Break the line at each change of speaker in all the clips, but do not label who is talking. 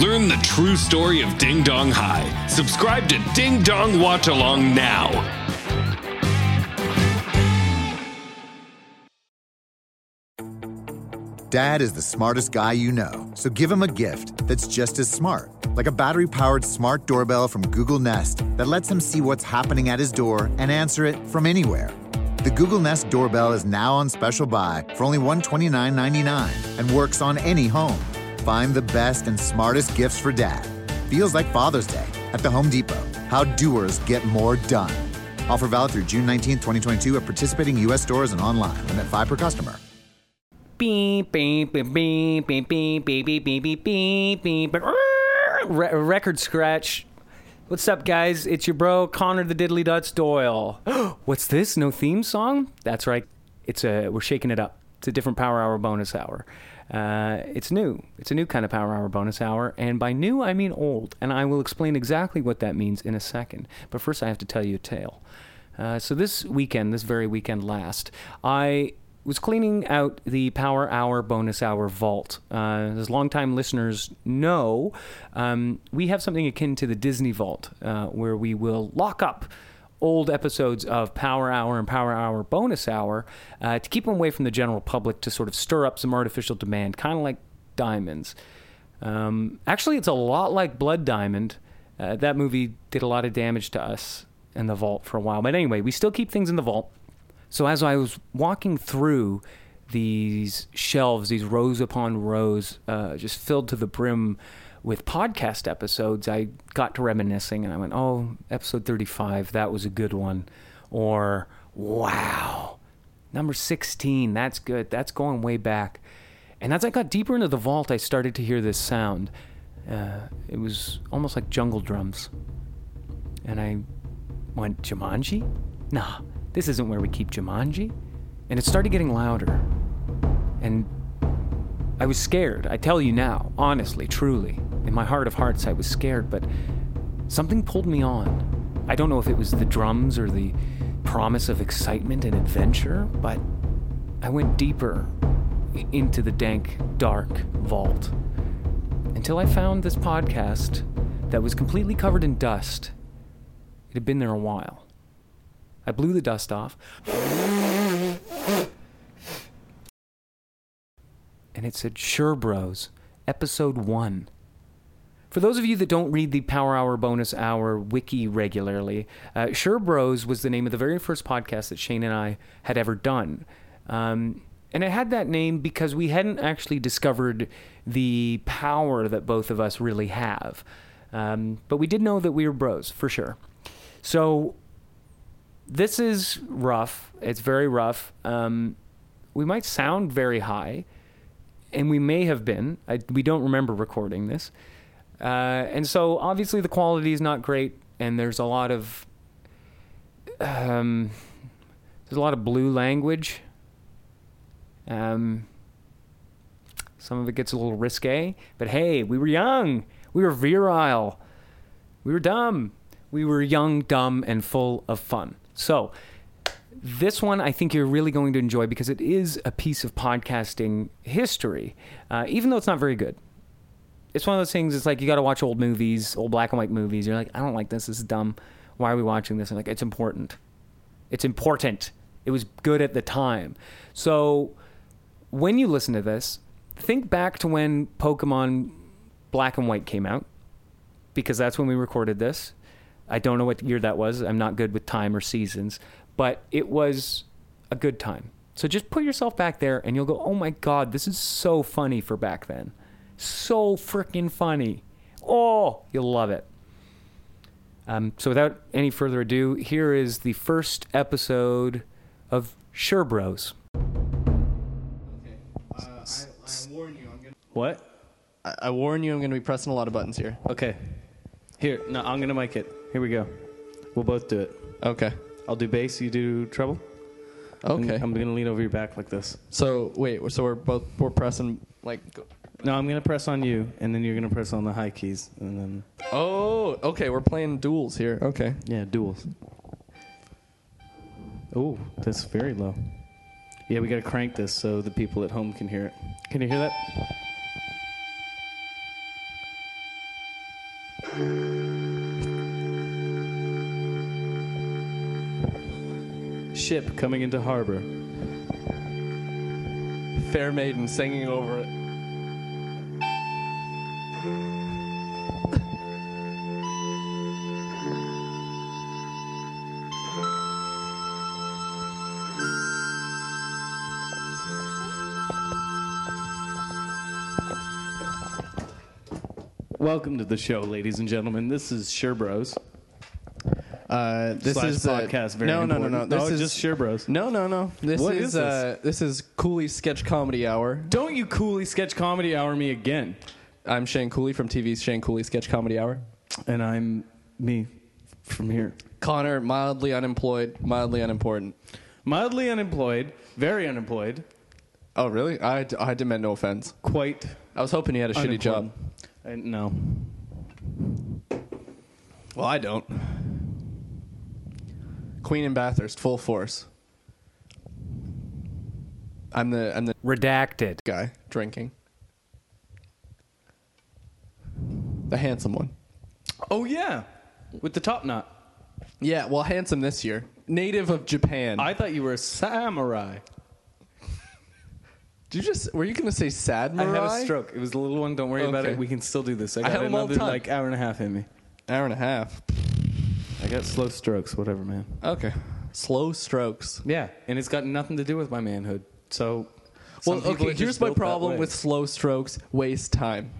Learn the true story of Ding Dong High. Subscribe to Ding Dong Watch Along now.
Dad is the smartest guy you know, so give him a gift that's just as smart, like a battery powered smart doorbell from Google Nest that lets him see what's happening at his door and answer it from anywhere. The Google Nest doorbell is now on special buy for only $129.99 and works on any home. Find the best and smartest gifts for dad. Feels like Father's Day at the Home Depot. How doers get more done. Offer valid through June 19, 2022 at participating U.S. stores and online. Limit 5 per customer.
beep beep beep beep beep beep beep beep beep beep beep beep beep Re- record scratch what's up guys it's your bro connor the diddly dots doyle what's this no theme song that's right it's a we're shaking it up it's a different power hour bonus hour uh, it's new it's a new kind of power hour bonus hour and by new i mean old and i will explain exactly what that means in a second but first i have to tell you a tale uh, so this weekend this very weekend last i was cleaning out the Power Hour Bonus Hour Vault. Uh, as longtime listeners know, um, we have something akin to the Disney Vault, uh, where we will lock up old episodes of Power Hour and Power Hour Bonus Hour uh, to keep them away from the general public to sort of stir up some artificial demand, kind of like diamonds. Um, actually, it's a lot like Blood Diamond. Uh, that movie did a lot of damage to us in the vault for a while. But anyway, we still keep things in the vault. So as I was walking through these shelves, these rows upon rows, uh, just filled to the brim with podcast episodes, I got to reminiscing and I went, oh, episode 35, that was a good one. Or, wow, number 16, that's good. That's going way back. And as I got deeper into the vault, I started to hear this sound. Uh, it was almost like jungle drums. And I went, Jumanji? Nah, this isn't where we keep Jumanji. And it started getting louder. And I was scared, I tell you now, honestly, truly. In my heart of hearts, I was scared, but something pulled me on. I don't know if it was the drums or the promise of excitement and adventure, but I went deeper i- into the dank, dark vault until I found this podcast that was completely covered in dust. It had been there a while. I blew the dust off. And it said, Sure Bros, Episode 1. For those of you that don't read the Power Hour Bonus Hour wiki regularly, uh, Sure Bros was the name of the very first podcast that Shane and I had ever done. Um, and it had that name because we hadn't actually discovered the power that both of us really have. Um, but we did know that we were bros, for sure. So this is rough. It's very rough. Um, we might sound very high, and we may have been. I, we don't remember recording this. Uh, and so obviously the quality is not great, and there's a lot of um, there's a lot of blue language. Um, some of it gets a little risque, but hey, we were young, we were virile, we were dumb. We were young, dumb, and full of fun. So, this one I think you're really going to enjoy because it is a piece of podcasting history, uh, even though it's not very good. It's one of those things, it's like you got to watch old movies, old black and white movies. You're like, I don't like this. This is dumb. Why are we watching this? And like, it's important. It's important. It was good at the time. So, when you listen to this, think back to when Pokemon Black and White came out because that's when we recorded this. I don't know what year that was. I'm not good with time or seasons, but it was a good time. So just put yourself back there and you'll go, oh my God, this is so funny for back then. So freaking funny. Oh, you'll love it. Um, so without any further ado, here is the first episode of Sure Bros.
I, I warn you, I'm gonna.
What?
I, warn you, I'm gonna be pressing a lot of buttons here.
Okay. Here, no, I'm gonna mic it. Here we go. We'll both do it.
Okay.
I'll do bass. You do treble. And
Okay.
I'm gonna lean over your back like this.
so wait, so we're both we're pressing like.
No, I'm gonna press on you, and then you're gonna press on the high keys, and then
Oh, okay. We're playing duels here. Okay.
yeah, duels. Oh, that's very low. Yeah, we gotta crank this so the people at home can hear it. Can you hear that? Ship coming into harbor.
Fair maiden singing over it.
Welcome to the show, ladies and gentlemen. This is Sure Bros.
Uh, this
Slash
is uh,
podcast. very
no, no, no, no.
important.
This
Oh,
is
just Sure Bros.
No, no, no. This
What
is
is this?
Uh, this is Cooley's sketch comedy hour.
Don't you coolly sketch comedy hour me again.
I'm Shane Cooley from TV's Shane Cooley Sketch Comedy Hour.
And I'm me from here.
Connor, mildly unemployed, mildly unimportant.
Mildly unemployed, very unemployed,
Oh, really? I, I demand no offense.
quite
I was hoping you had a shitty job.
unemployed. Uh, no.
Well, I don't. Queen and Bathurst, full force. I'm the I'm the
Redacted.
guy drinking. The handsome one.
Oh yeah. With the top knot.
Yeah, well, handsome this year. Native of Japan.
I thought you were a samurai.
Do you just were you gonna say sad?
I had
Mirai?
a stroke. It was a little one. Don't worry about
Okay.
it. We can still do this. I got
have 'em all
another
the time.
like hour and a half in me.
Hour and a half.
I got slow strokes, whatever, man.
Okay. Slow strokes.
Yeah, and it's got nothing to do with my manhood. So, some
Well,
people are
okay.
just
Here's my
built that
problem
way.
with slow strokes: waste time.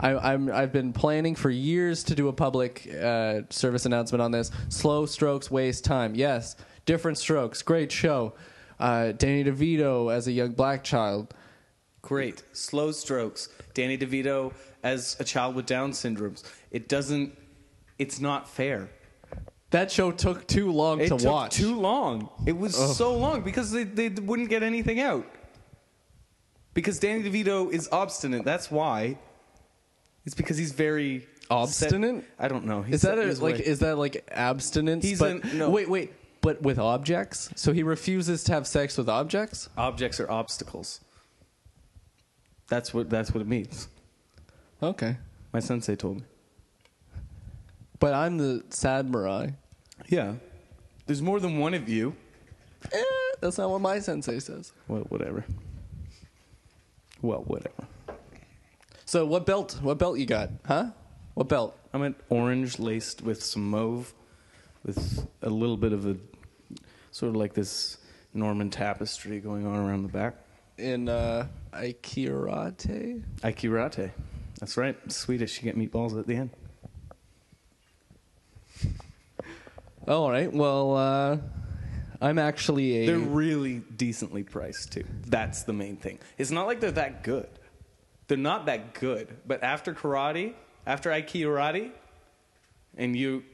I, I'm I've been planning for years to do a public uh, service announcement on this. Slow strokes waste time. Yes, different strokes. Great show. Uh, Danny DeVito as a young black child.
Great. Slow strokes. Danny DeVito as a child with Down syndromes. It doesn't. It's not fair.
That show took too long
It
to
took
watch.
too long. It was so long because they, they wouldn't get anything out. Because Danny DeVito is obstinate. That's why. It's because he's very set-
Obstinate?
I don't know. He's
is that
set in
a,
his
like
way.
is that like abstinence?
He's
but
an- no.
wait, wait. But with objects, so he refuses to have sex with objects.
objects are obstacles? That's what that's what it means.
Okay,
My sensei told me.
but I'm the sad Mariah.
Yeah. There's more than one of you.
Eh, that's not what my sensei says.
Well, whatever. Well, whatever.
So what belt? What belt you got? Huh? What belt?
I'm an orange laced with some mauve, with a little bit of a sort of like this Norman tapestry going on around the back.
In uh Aikirate?
Akirate. That's right. Swedish. You get meatballs at the end.
Oh, All right. Well, uh I'm actually a
They're really decently priced too. That's the main thing. It's not like they're that good. They're not that good. But after karate, after Aikirate, and you,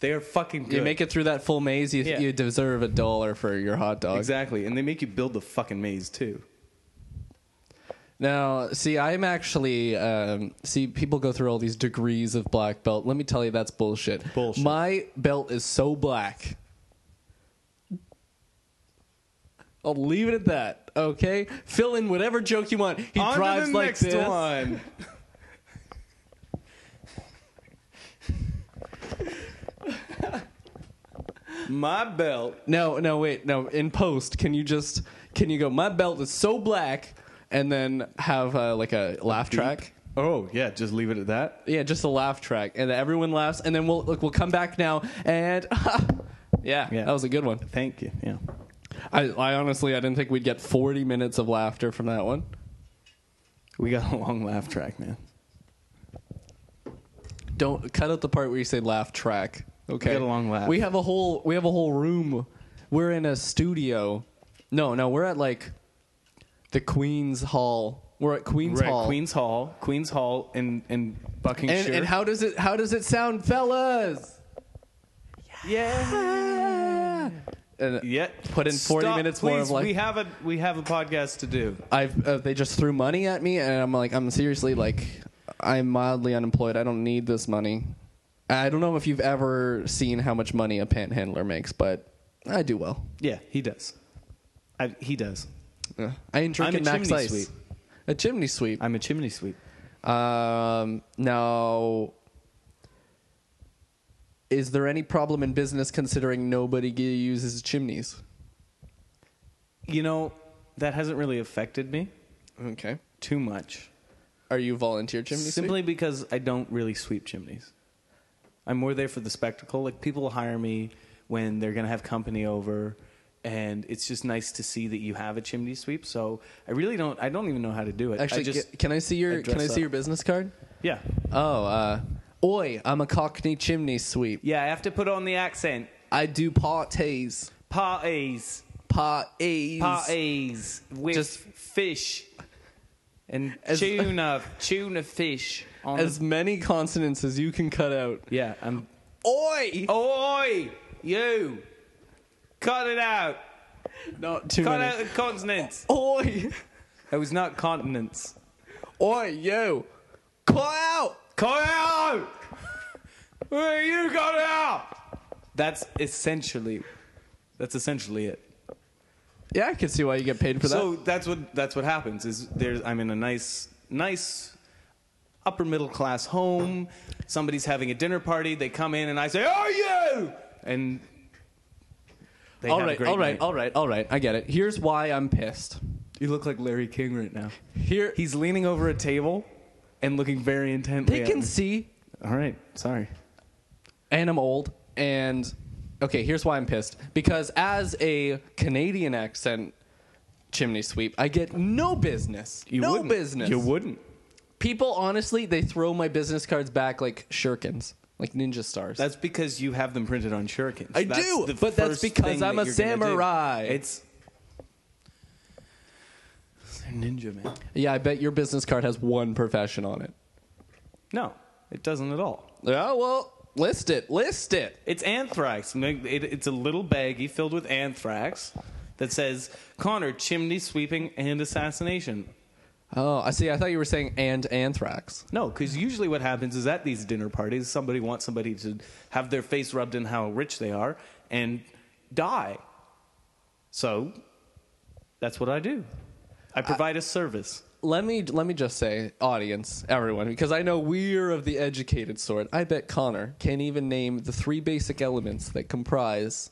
they are fucking good.
you make it through that full maze, you
Yeah.
you deserve a dollar for your hot dog.
Exactly, and they make you build the fucking maze too.
Now, see, I'm actually um see people go through all these degrees of black belt. Let me tell you that's bullshit.
Bullshit.
My belt is so black. I'll leave it at that, okay? Fill in whatever joke you want. He
On to
drives
the
like
next
this.
one. My belt.
No, no, wait, no. In post, can you just can you go? My belt is so black, and then have uh, like a laugh track.
Oh yeah, just leave it at that.
Yeah, just a laugh track, and then everyone laughs, and then we'll look. We'll come back now, and yeah,
Yeah.
that was a good one.
Thank you. Yeah.
I, I honestly, I didn't think we'd get forty minutes of laughter from that one.
We got a long laugh track, man.
Don't cut out the part where you say laugh track. Okay,
got a long laugh.
We have a whole we have a whole room. We're in a studio. No, no, we're at like the Queen's Hall We're at Queens
Right,
Hall.
Queens Hall, Queens Hall in in Buckinghamshire.
And, and how does it how does it sound, fellas? Yeah. And
Yeah,
put in 40 minutes
please,
more of like
we have a we have a podcast to do.
I've uh, they just threw money at me and I'm like I'm seriously like I'm mildly unemployed. I don't need this money. I don't know if you've ever seen how much money a panhandler makes, but I do well.
Yeah, he does. I, he does.
Yeah. I ain't
I'm a
drinking Max
chimney
Ice.
sweep.
A chimney sweep.
I'm a chimney sweep.
Um, now, is there any problem in business considering nobody g- uses chimneys?
You know, that hasn't really affected me
Okay.
too much.
Are you volunteer chimney
Simply because I don't really sweep chimneys. I'm more there for the spectacle. Like people hire me when they're gonna have company over, and it's just nice to see that you have a chimney sweep. So I really don't. I don't even know how to do it.
sweep?
I
Actually,
just,
ca- can I see your
I
can I
dress
see
up.
your business card?
yeah,
Oh, uh, oi, I'm a Cockney chimney sweep.
yeah. I have to put on the accent.
I do parties,
Parties,
parties,
parties with
Just-
fish and
As-
tuna, tuna fish on.
As
the
many consonants as you can cut out. Oh,
yeah, I'm.
Oi!
Oi, you! Cut it out.
Not too
Cut out
many.
the consonants.
Oi!
It was not continents.
Oi, yo! Cut out!
Cut it out! Hey, you got it out! That's essentially, that's essentially it.
Yeah, I can see why you get paid for that.
so that's what that's what happens. Is there's I'm in a nice nice upper middle class home. Somebody's having a dinner party. They come in and I say, "Are you?" And they
all
have a
right,
great
all right,
night.
all right, all right. I get it. Here's why I'm pissed.
You look like Larry King right now.
Here,
He's leaning over a table and looking very intently.
they
at
can
me.
see,
All right, sorry.
and I'm old, and okay. Here's why I'm pissed because as a Canadian accent chimney sweep, I get no business.
You
no
wouldn't.
business.
You wouldn't.
People, honestly, they throw my business cards back like shurikens, like ninja stars.
That's because you have them printed on shurikens.
I
That's
do,
the
but that's
first
because
thing
I'm
that
a
you're gonna do.
samurai.
It's they're ninja man.
yeah, I bet your business card has one profession on it.
No, it doesn't at all.
Yeah, well, list it, list it.
It's anthrax. It- it's a little baggie filled with anthrax that says Connor chimney sweeping and assassination.
Oh, I see. I thought you were saying and anthrax.
No, because usually what happens is at these dinner parties, somebody wants somebody to have their face rubbed in how rich they are and die. So that's what I do. I provide a service.
let me let me just say, audience, everyone, because I know we're of the educated sort. I bet Connor can even name the three basic elements that comprise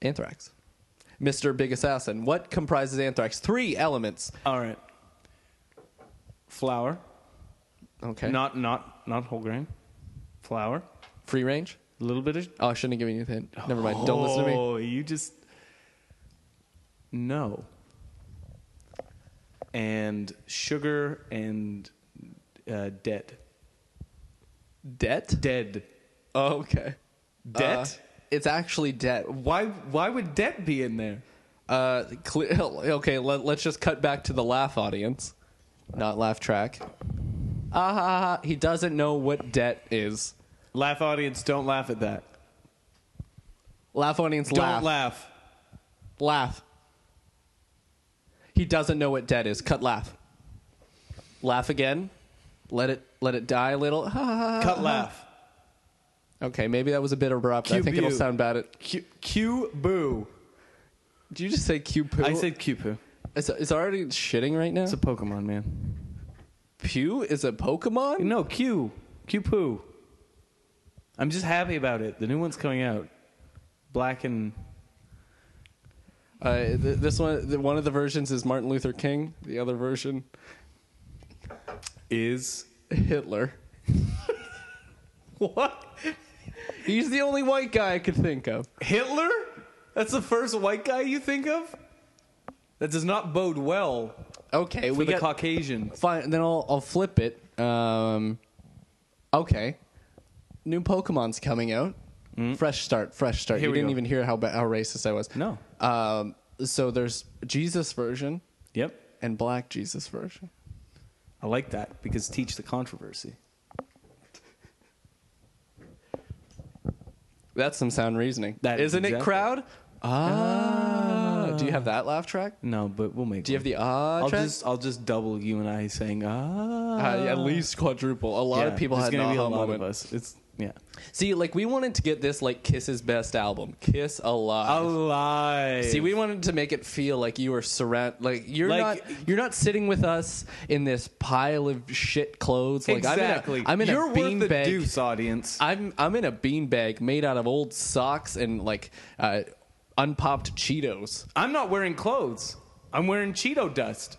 anthrax. Mr. Big Assassin, what comprises anthrax? Three elements.
All right. Flour,
Okay.
not not not whole grain. Flour,
free range.
a little bit of.
Oh, I shouldn't have given you the hint. Never mind. Don't listen to me.
Oh, you just no. And sugar and uh, debt,
Debt.
dead,
Oh, okay.
debt.
Uh, it's actually debt.
why? Why would debt be in there?
Uh, cle okay, let, let's just cut back to the laugh audience, not laugh track. Ah, ha, ha, he doesn't know what debt is.
Laugh, audience, don't laugh at that.
Laugh audience, laugh,
Don't laugh.
laugh. He doesn't know what debt is. Cut laugh. Laugh again. Let it let it die a little. Ha, ha, ha,
Cut
ha.
laugh.
Okay, maybe that was a bit abrupt. I
Cue
think it'll
bu.
sound bad. At,
Q, Q boo.
did you just say Q poo?
I said Q poo.
it's, it's already shitting right now.
It's a Pokemon man.
Pew is a Pokemon.
No Q. Q poo. I'm just happy about it. The new one's coming out. Black and
Uh, th- this one, th- one of the versions is Martin Luther King. The other version,
is
Hitler.
what?
He's the only white guy I could think of.
Hitler? That's the first white guy you think of? That does not bode well
Okay,
for
we
the
got
Caucasian.
fine. Then I'll I'll flip it. Um, okay, new Pokemon's coming out. Fresh start, fresh start.
Mm. Here
you
we
didn't
go.
even hear how ba- how racist I was.
No.
Um, so there's Jesus version
Yep.
and Black Jesus version.
I like that because teach the controversy.
That's some sound reasoning.
That is
isn't it,
exactly-
crowd? Ah. Do you have that laugh track?
No, but we'll make.
Do you have the ah
I'll
track?
just I'll just double you and I saying ah.
Uh, at least quadruple. A lot
Yeah,
of people
there's
had an
gonna be a
aha
lot
moment.
of us. It's yeah.
See, like we wanted to get this like Kiss's best album, Kiss Alive.
Oh, Alive.
See, we wanted to make it feel like you were surround, like you're
Like-
not, you're not sitting with us in this pile of shit clothes. Like
exactly.
I'm in a,
You're
I'm in
worth
a
the
beanbag.
deuce, audience.
I'm I'm in a beanbag made out of old socks and like uh, unpopped Cheetos.
I'm not wearing clothes. I'm wearing Cheeto dust.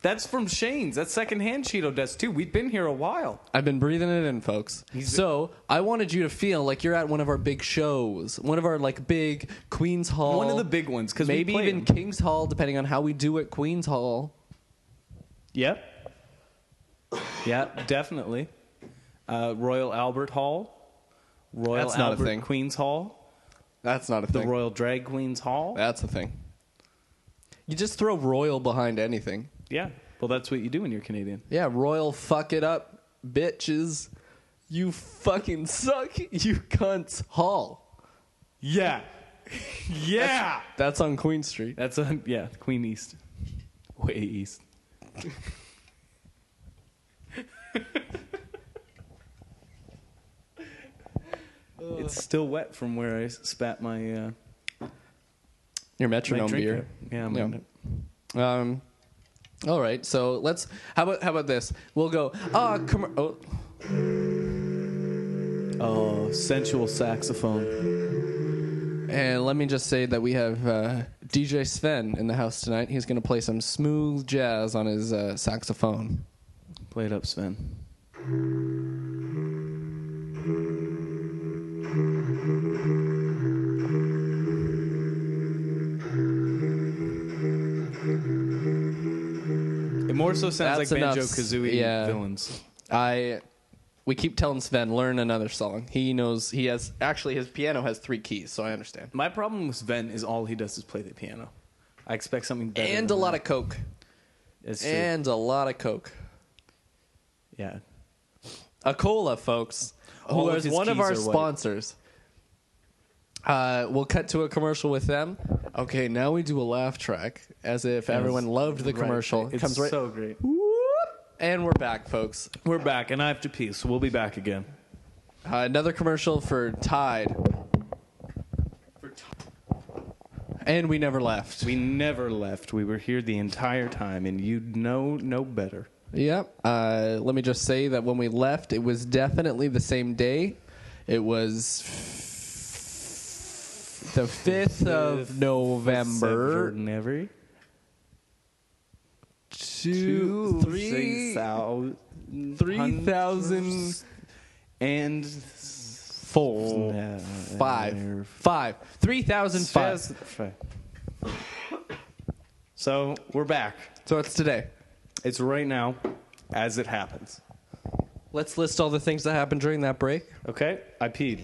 That's from Shane's. That's secondhand Cheeto dust too. We've been here a while.
I've been breathing it in, folks. so I wanted you to feel like you're at one of our big shows, one of our like big Queens Hall,
One of the big ones, 'cause we
maybe
play
even
them.
Kings Hall, depending on how we do at Queens Hall.
Yep. Yep, definitely. Uh, Royal Albert Hall. Royal
That's not a
Albert
thing.
Queen's Hall.
That's not a
The
thing.
Royal Drag Queen's Hall.
That's a thing. You just throw royal behind anything.
yeah. Well, that's what you do when you're Canadian.
Yeah, royal fuck it up, bitches. You fucking suck, you cunts. Hall.
Yeah. yeah.
That's on Queen Street.
That's a yeah, Queen East. Way east. it's still wet from where I s- spat my uh,
Your
my
metronome
drink
beer.
out. Yeah, I'm in it.
Um. All right, so let's. How about how about this? We'll go. Ah, com- oh,
Oh, sensual saxophone.
and let me just say that we have uh, DJ Sven in the house tonight. He's going to play some smooth jazz on his uh, saxophone.
Play it up, Sven. It more so sounds
That's
like
enough
Banjo
s-
Kazooie
yeah.
villains.
I we keep telling Sven learn another song. He knows he has actually his piano has three keys, so I understand.
My problem with Sven is all he does is play the piano. I expect something better.
And a
than
lot
that.
of coke.
It's true.
And a lot of coke.
yeah.
A cola, folks.
All
who
of
is
his
one of
keys
our
are white.
sponsors. Uh, we'll cut to a commercial with them. Okay, now we do a laugh track as if everyone loved the
Right.
commercial.
It's
Comes right,
so great.
and we're back, folks.
We're back, and I have to pee, so we'll be back again.
Uh, another commercial for Tide. And we never left.
We never left. We were here the entire time, and you know no better.
Yep. Uh, let me just say that when we left, it was definitely the same day. It was f- the 5th of November.
Never.
Two, three, three thousand
and
four, five, five, three thousand five.
So we're back.
So it's today.
It's right now, as it happens.
Let's list all the things that happened during that break.
Okay, I peed.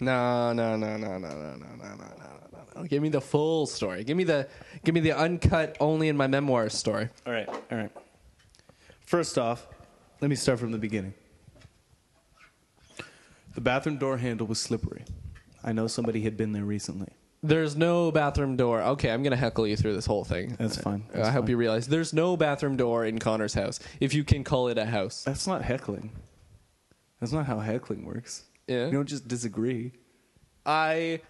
No, no, no, no, no, no, no, no, no, no, no, no. Give me the full story. Give me the, give me the uncut, only in my memoirs story.
All right, all right. First off, let me start from the beginning. The bathroom door handle was slippery. I know somebody had been there recently.
There's no bathroom door. Okay, I'm gonna heckle you through this whole thing.
That's fine.
I hope you realize there's no bathroom door in Connor's house, if you can call it a house.
That's not heckling. That's not how heckling works.
Yeah.
You don't just disagree.
I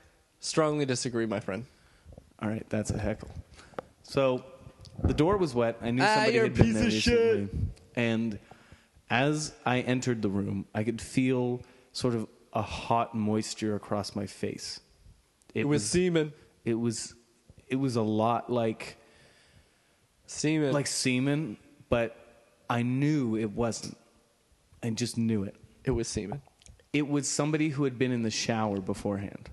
strongly disagree, my friend.
All right, that's a heckle. So the door was wet. I knew
Ah,
somebody
you're
had
a
been
piece
there
of
recently. And as I entered the room, I could feel sort of a hot moisture across my face. It,
semen.
it was it was a lot like
Semen.
like semen, but I knew it wasn't. I just knew it.
it was semen.
It was somebody who had been in the shower beforehand.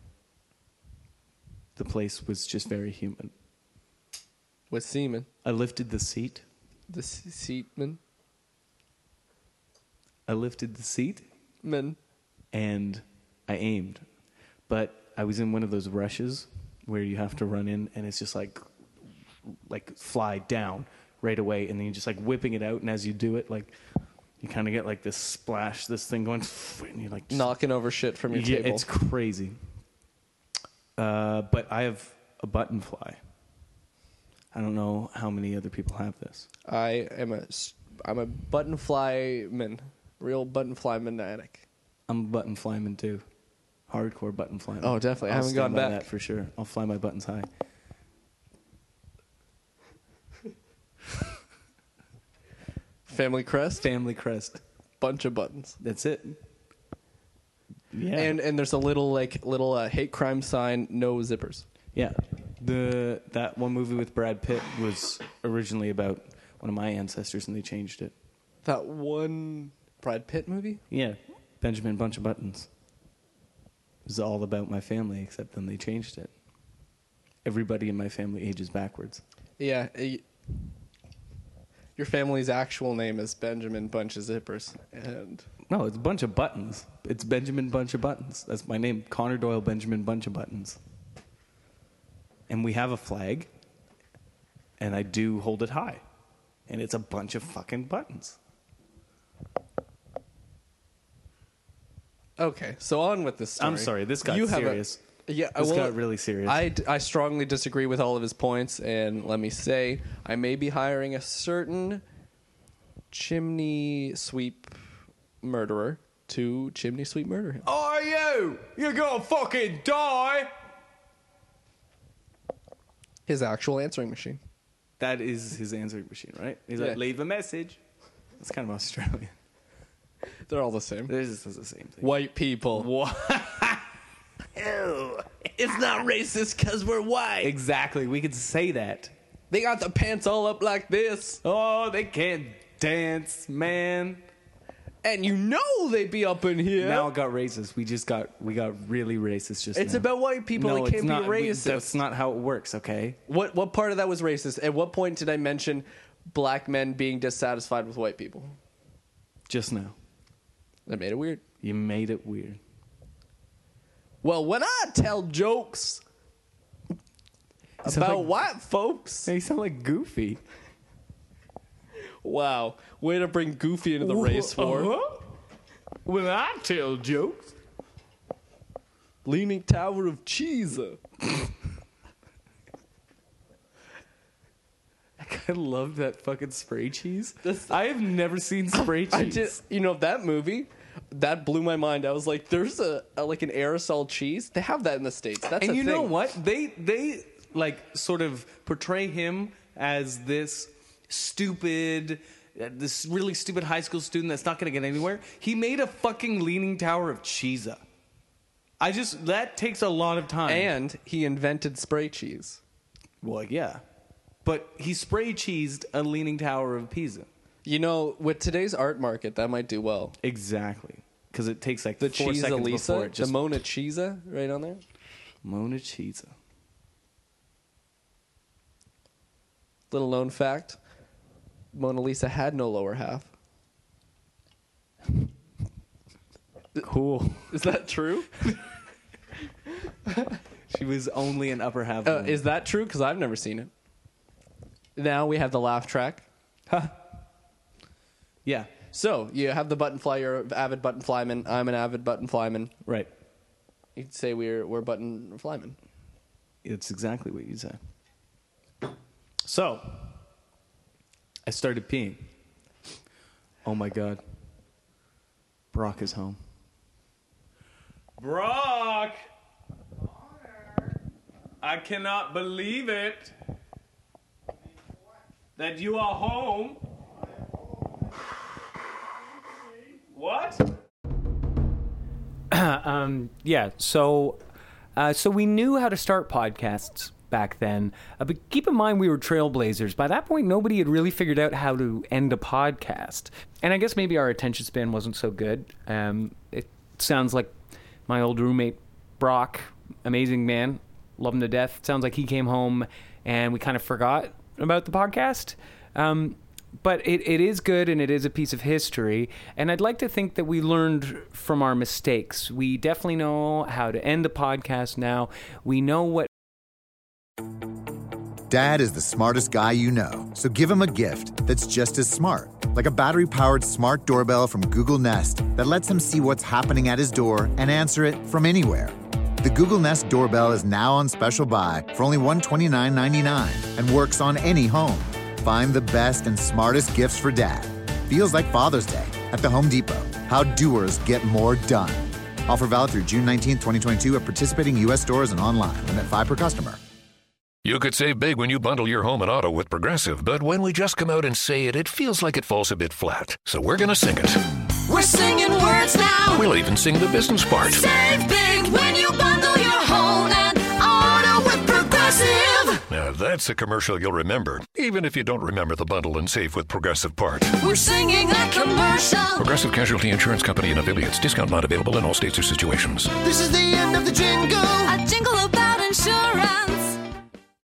The place was just very humid.
Was semen.
I lifted the seat.
The se- semen.
I lifted the seat
Men.
and I aimed. But I was in one of those rushes where you have to run in and it's just like like fly down, right away, and then you're just like whipping it out, and as you do it, like you kind of get like this splash, this thing going, and you like just-
knocking over shit from your
yeah,
table.
It's crazy. Uh, but I have a button fly. I don't know how many other people have this.
I am a s- I'm a button flyman, real button flyman maniac.
I'm a button flyman too. Hardcore button flyman.
Oh, definitely. I
I'll
haven't gone
stand by
back.
that for sure. I'll fly my buttons high.
Family crest,
Family crest.
bunch of buttons.
That's it. Yeah.
And and there's a little like little uh, hate crime sign, no zippers.
yeah. The that one movie with Brad Pitt was originally about one of my ancestors and they changed it.
That one Brad Pitt movie?
Yeah. Benjamin Bunch of Buttons. It was all about my family, except then they changed it. Everybody in my family ages backwards.
Yeah. y- your family's actual name is Benjamin Bunch of Zippers, and
No, it's a bunch of buttons. It's Benjamin Bunch of Buttons. That's my name. Connor Doyle Benjamin Bunch of Buttons. And we have a flag, and I do hold it high. And it's a bunch of fucking buttons.
Okay, so on with this story.
I'm sorry, this got
have a-
serious.
yeah,
This
well,
got really serious.
I, d- I strongly disagree with all of his points, and let me say, I may be hiring a certain chimney sweep murderer to chimney sweep murder him.
Are you? You're gonna fucking die!
His actual answering machine.
That is his answering machine, right? He's
Yeah.
like, leave a message. It's kind of Australian.
They're all the same.
This is the same thing.
White people.
It's not racist because we're white. Exactly. We could say that.
They got the pants all up like this,
Oh, they can't dance, man.
and you know they be up in here.
Now it got racist. We just got we got really racist just
it's
now.
about white people.
no,
that
it's
can't
not,
be
we-
racist.
that's not how it works, okay?
What what part of that was racist? At what point did I mention black men being dissatisfied with white people?
Just now.
That made it weird.
You made it weird.
Well, when I tell jokes
sounds
about
like-
white folks,
you sound like Goofy.
wow, way to bring Goofy into the race war.
Uh-huh. When I tell jokes.
Leaning Tower of Cheese.
I love that fucking spray cheese.
That's-
I have never seen spray cheese.
I just, you know, that movie. That blew my mind. I was like, "There's a, a like an aerosol cheese. They have that in the states. That's
and
a
you
thing.
know what they they like sort of portray him as this stupid uh, this really stupid high school student that's not going to get anywhere he made a fucking leaning tower of cheesa i just that takes a lot of time
And he invented spray cheese.
well yeah but he spray cheesed a leaning tower of pisa
You know, with today's art market, that might do well.
exactly because it takes like
The
four
cheese
seconds before
Elisa,
it just
the Mona Chisa, right on there.
mona cheesa
Little known fact: Mona Lisa had no lower half.
cool
Is that true?
she was only an upper half
uh,
woman.
is that true? Because I've never seen it. Now we have the laugh track.
yeah
So you have the button fly. You're an avid button flyman. I'm an avid button flyman.
right
You could say we're we're button flymen.
It's exactly what you said. So, I started peeing. Oh my god. Brock is home. Brock! I cannot believe it that you are home. What?
um, yeah. So, uh, so we knew how to start podcasts back then, uh, but keep in mind we were trailblazers. By that point, nobody had really figured out how to end a podcast, and I guess maybe our attention span wasn't so good. Um, it sounds like my old roommate Brock, amazing man, love him to death. Sounds like he came home and we kind of forgot about the podcast. Um, but it, it is good and it is a piece of history. And I'd like to think that we learned from our mistakes. We definitely know how to end the podcast now. We know what
Dad is the smartest guy you know, so give him a gift that's just as smart, like a battery powered smart doorbell from Google Nest that lets him see what's happening at his door and answer it from anywhere. The Google Nest doorbell is now on special buy for only $129.99 and works on any home. Find the best and smartest gifts for dad. Feels like Father's Day at the Home Depot. How doers get more done. Offer valid through June 19, 2022 at participating U.S. stores and online. Limit 5 per customer.
You could save big when you bundle your home and auto with Progressive, but when we just come out and say it, it feels like it falls a bit flat. So we're going to sing it.
We're singing words now.
We'll even sing the business part.
Save big when you bundle your home and auto with Progressive.
Now, that's a commercial you'll remember, even if you don't remember the bundle and save with Progressive part.
We're singing a commercial.
Progressive Casualty Insurance Company and affiliates. Discount not available in all states or situations.
A jingle about insurance.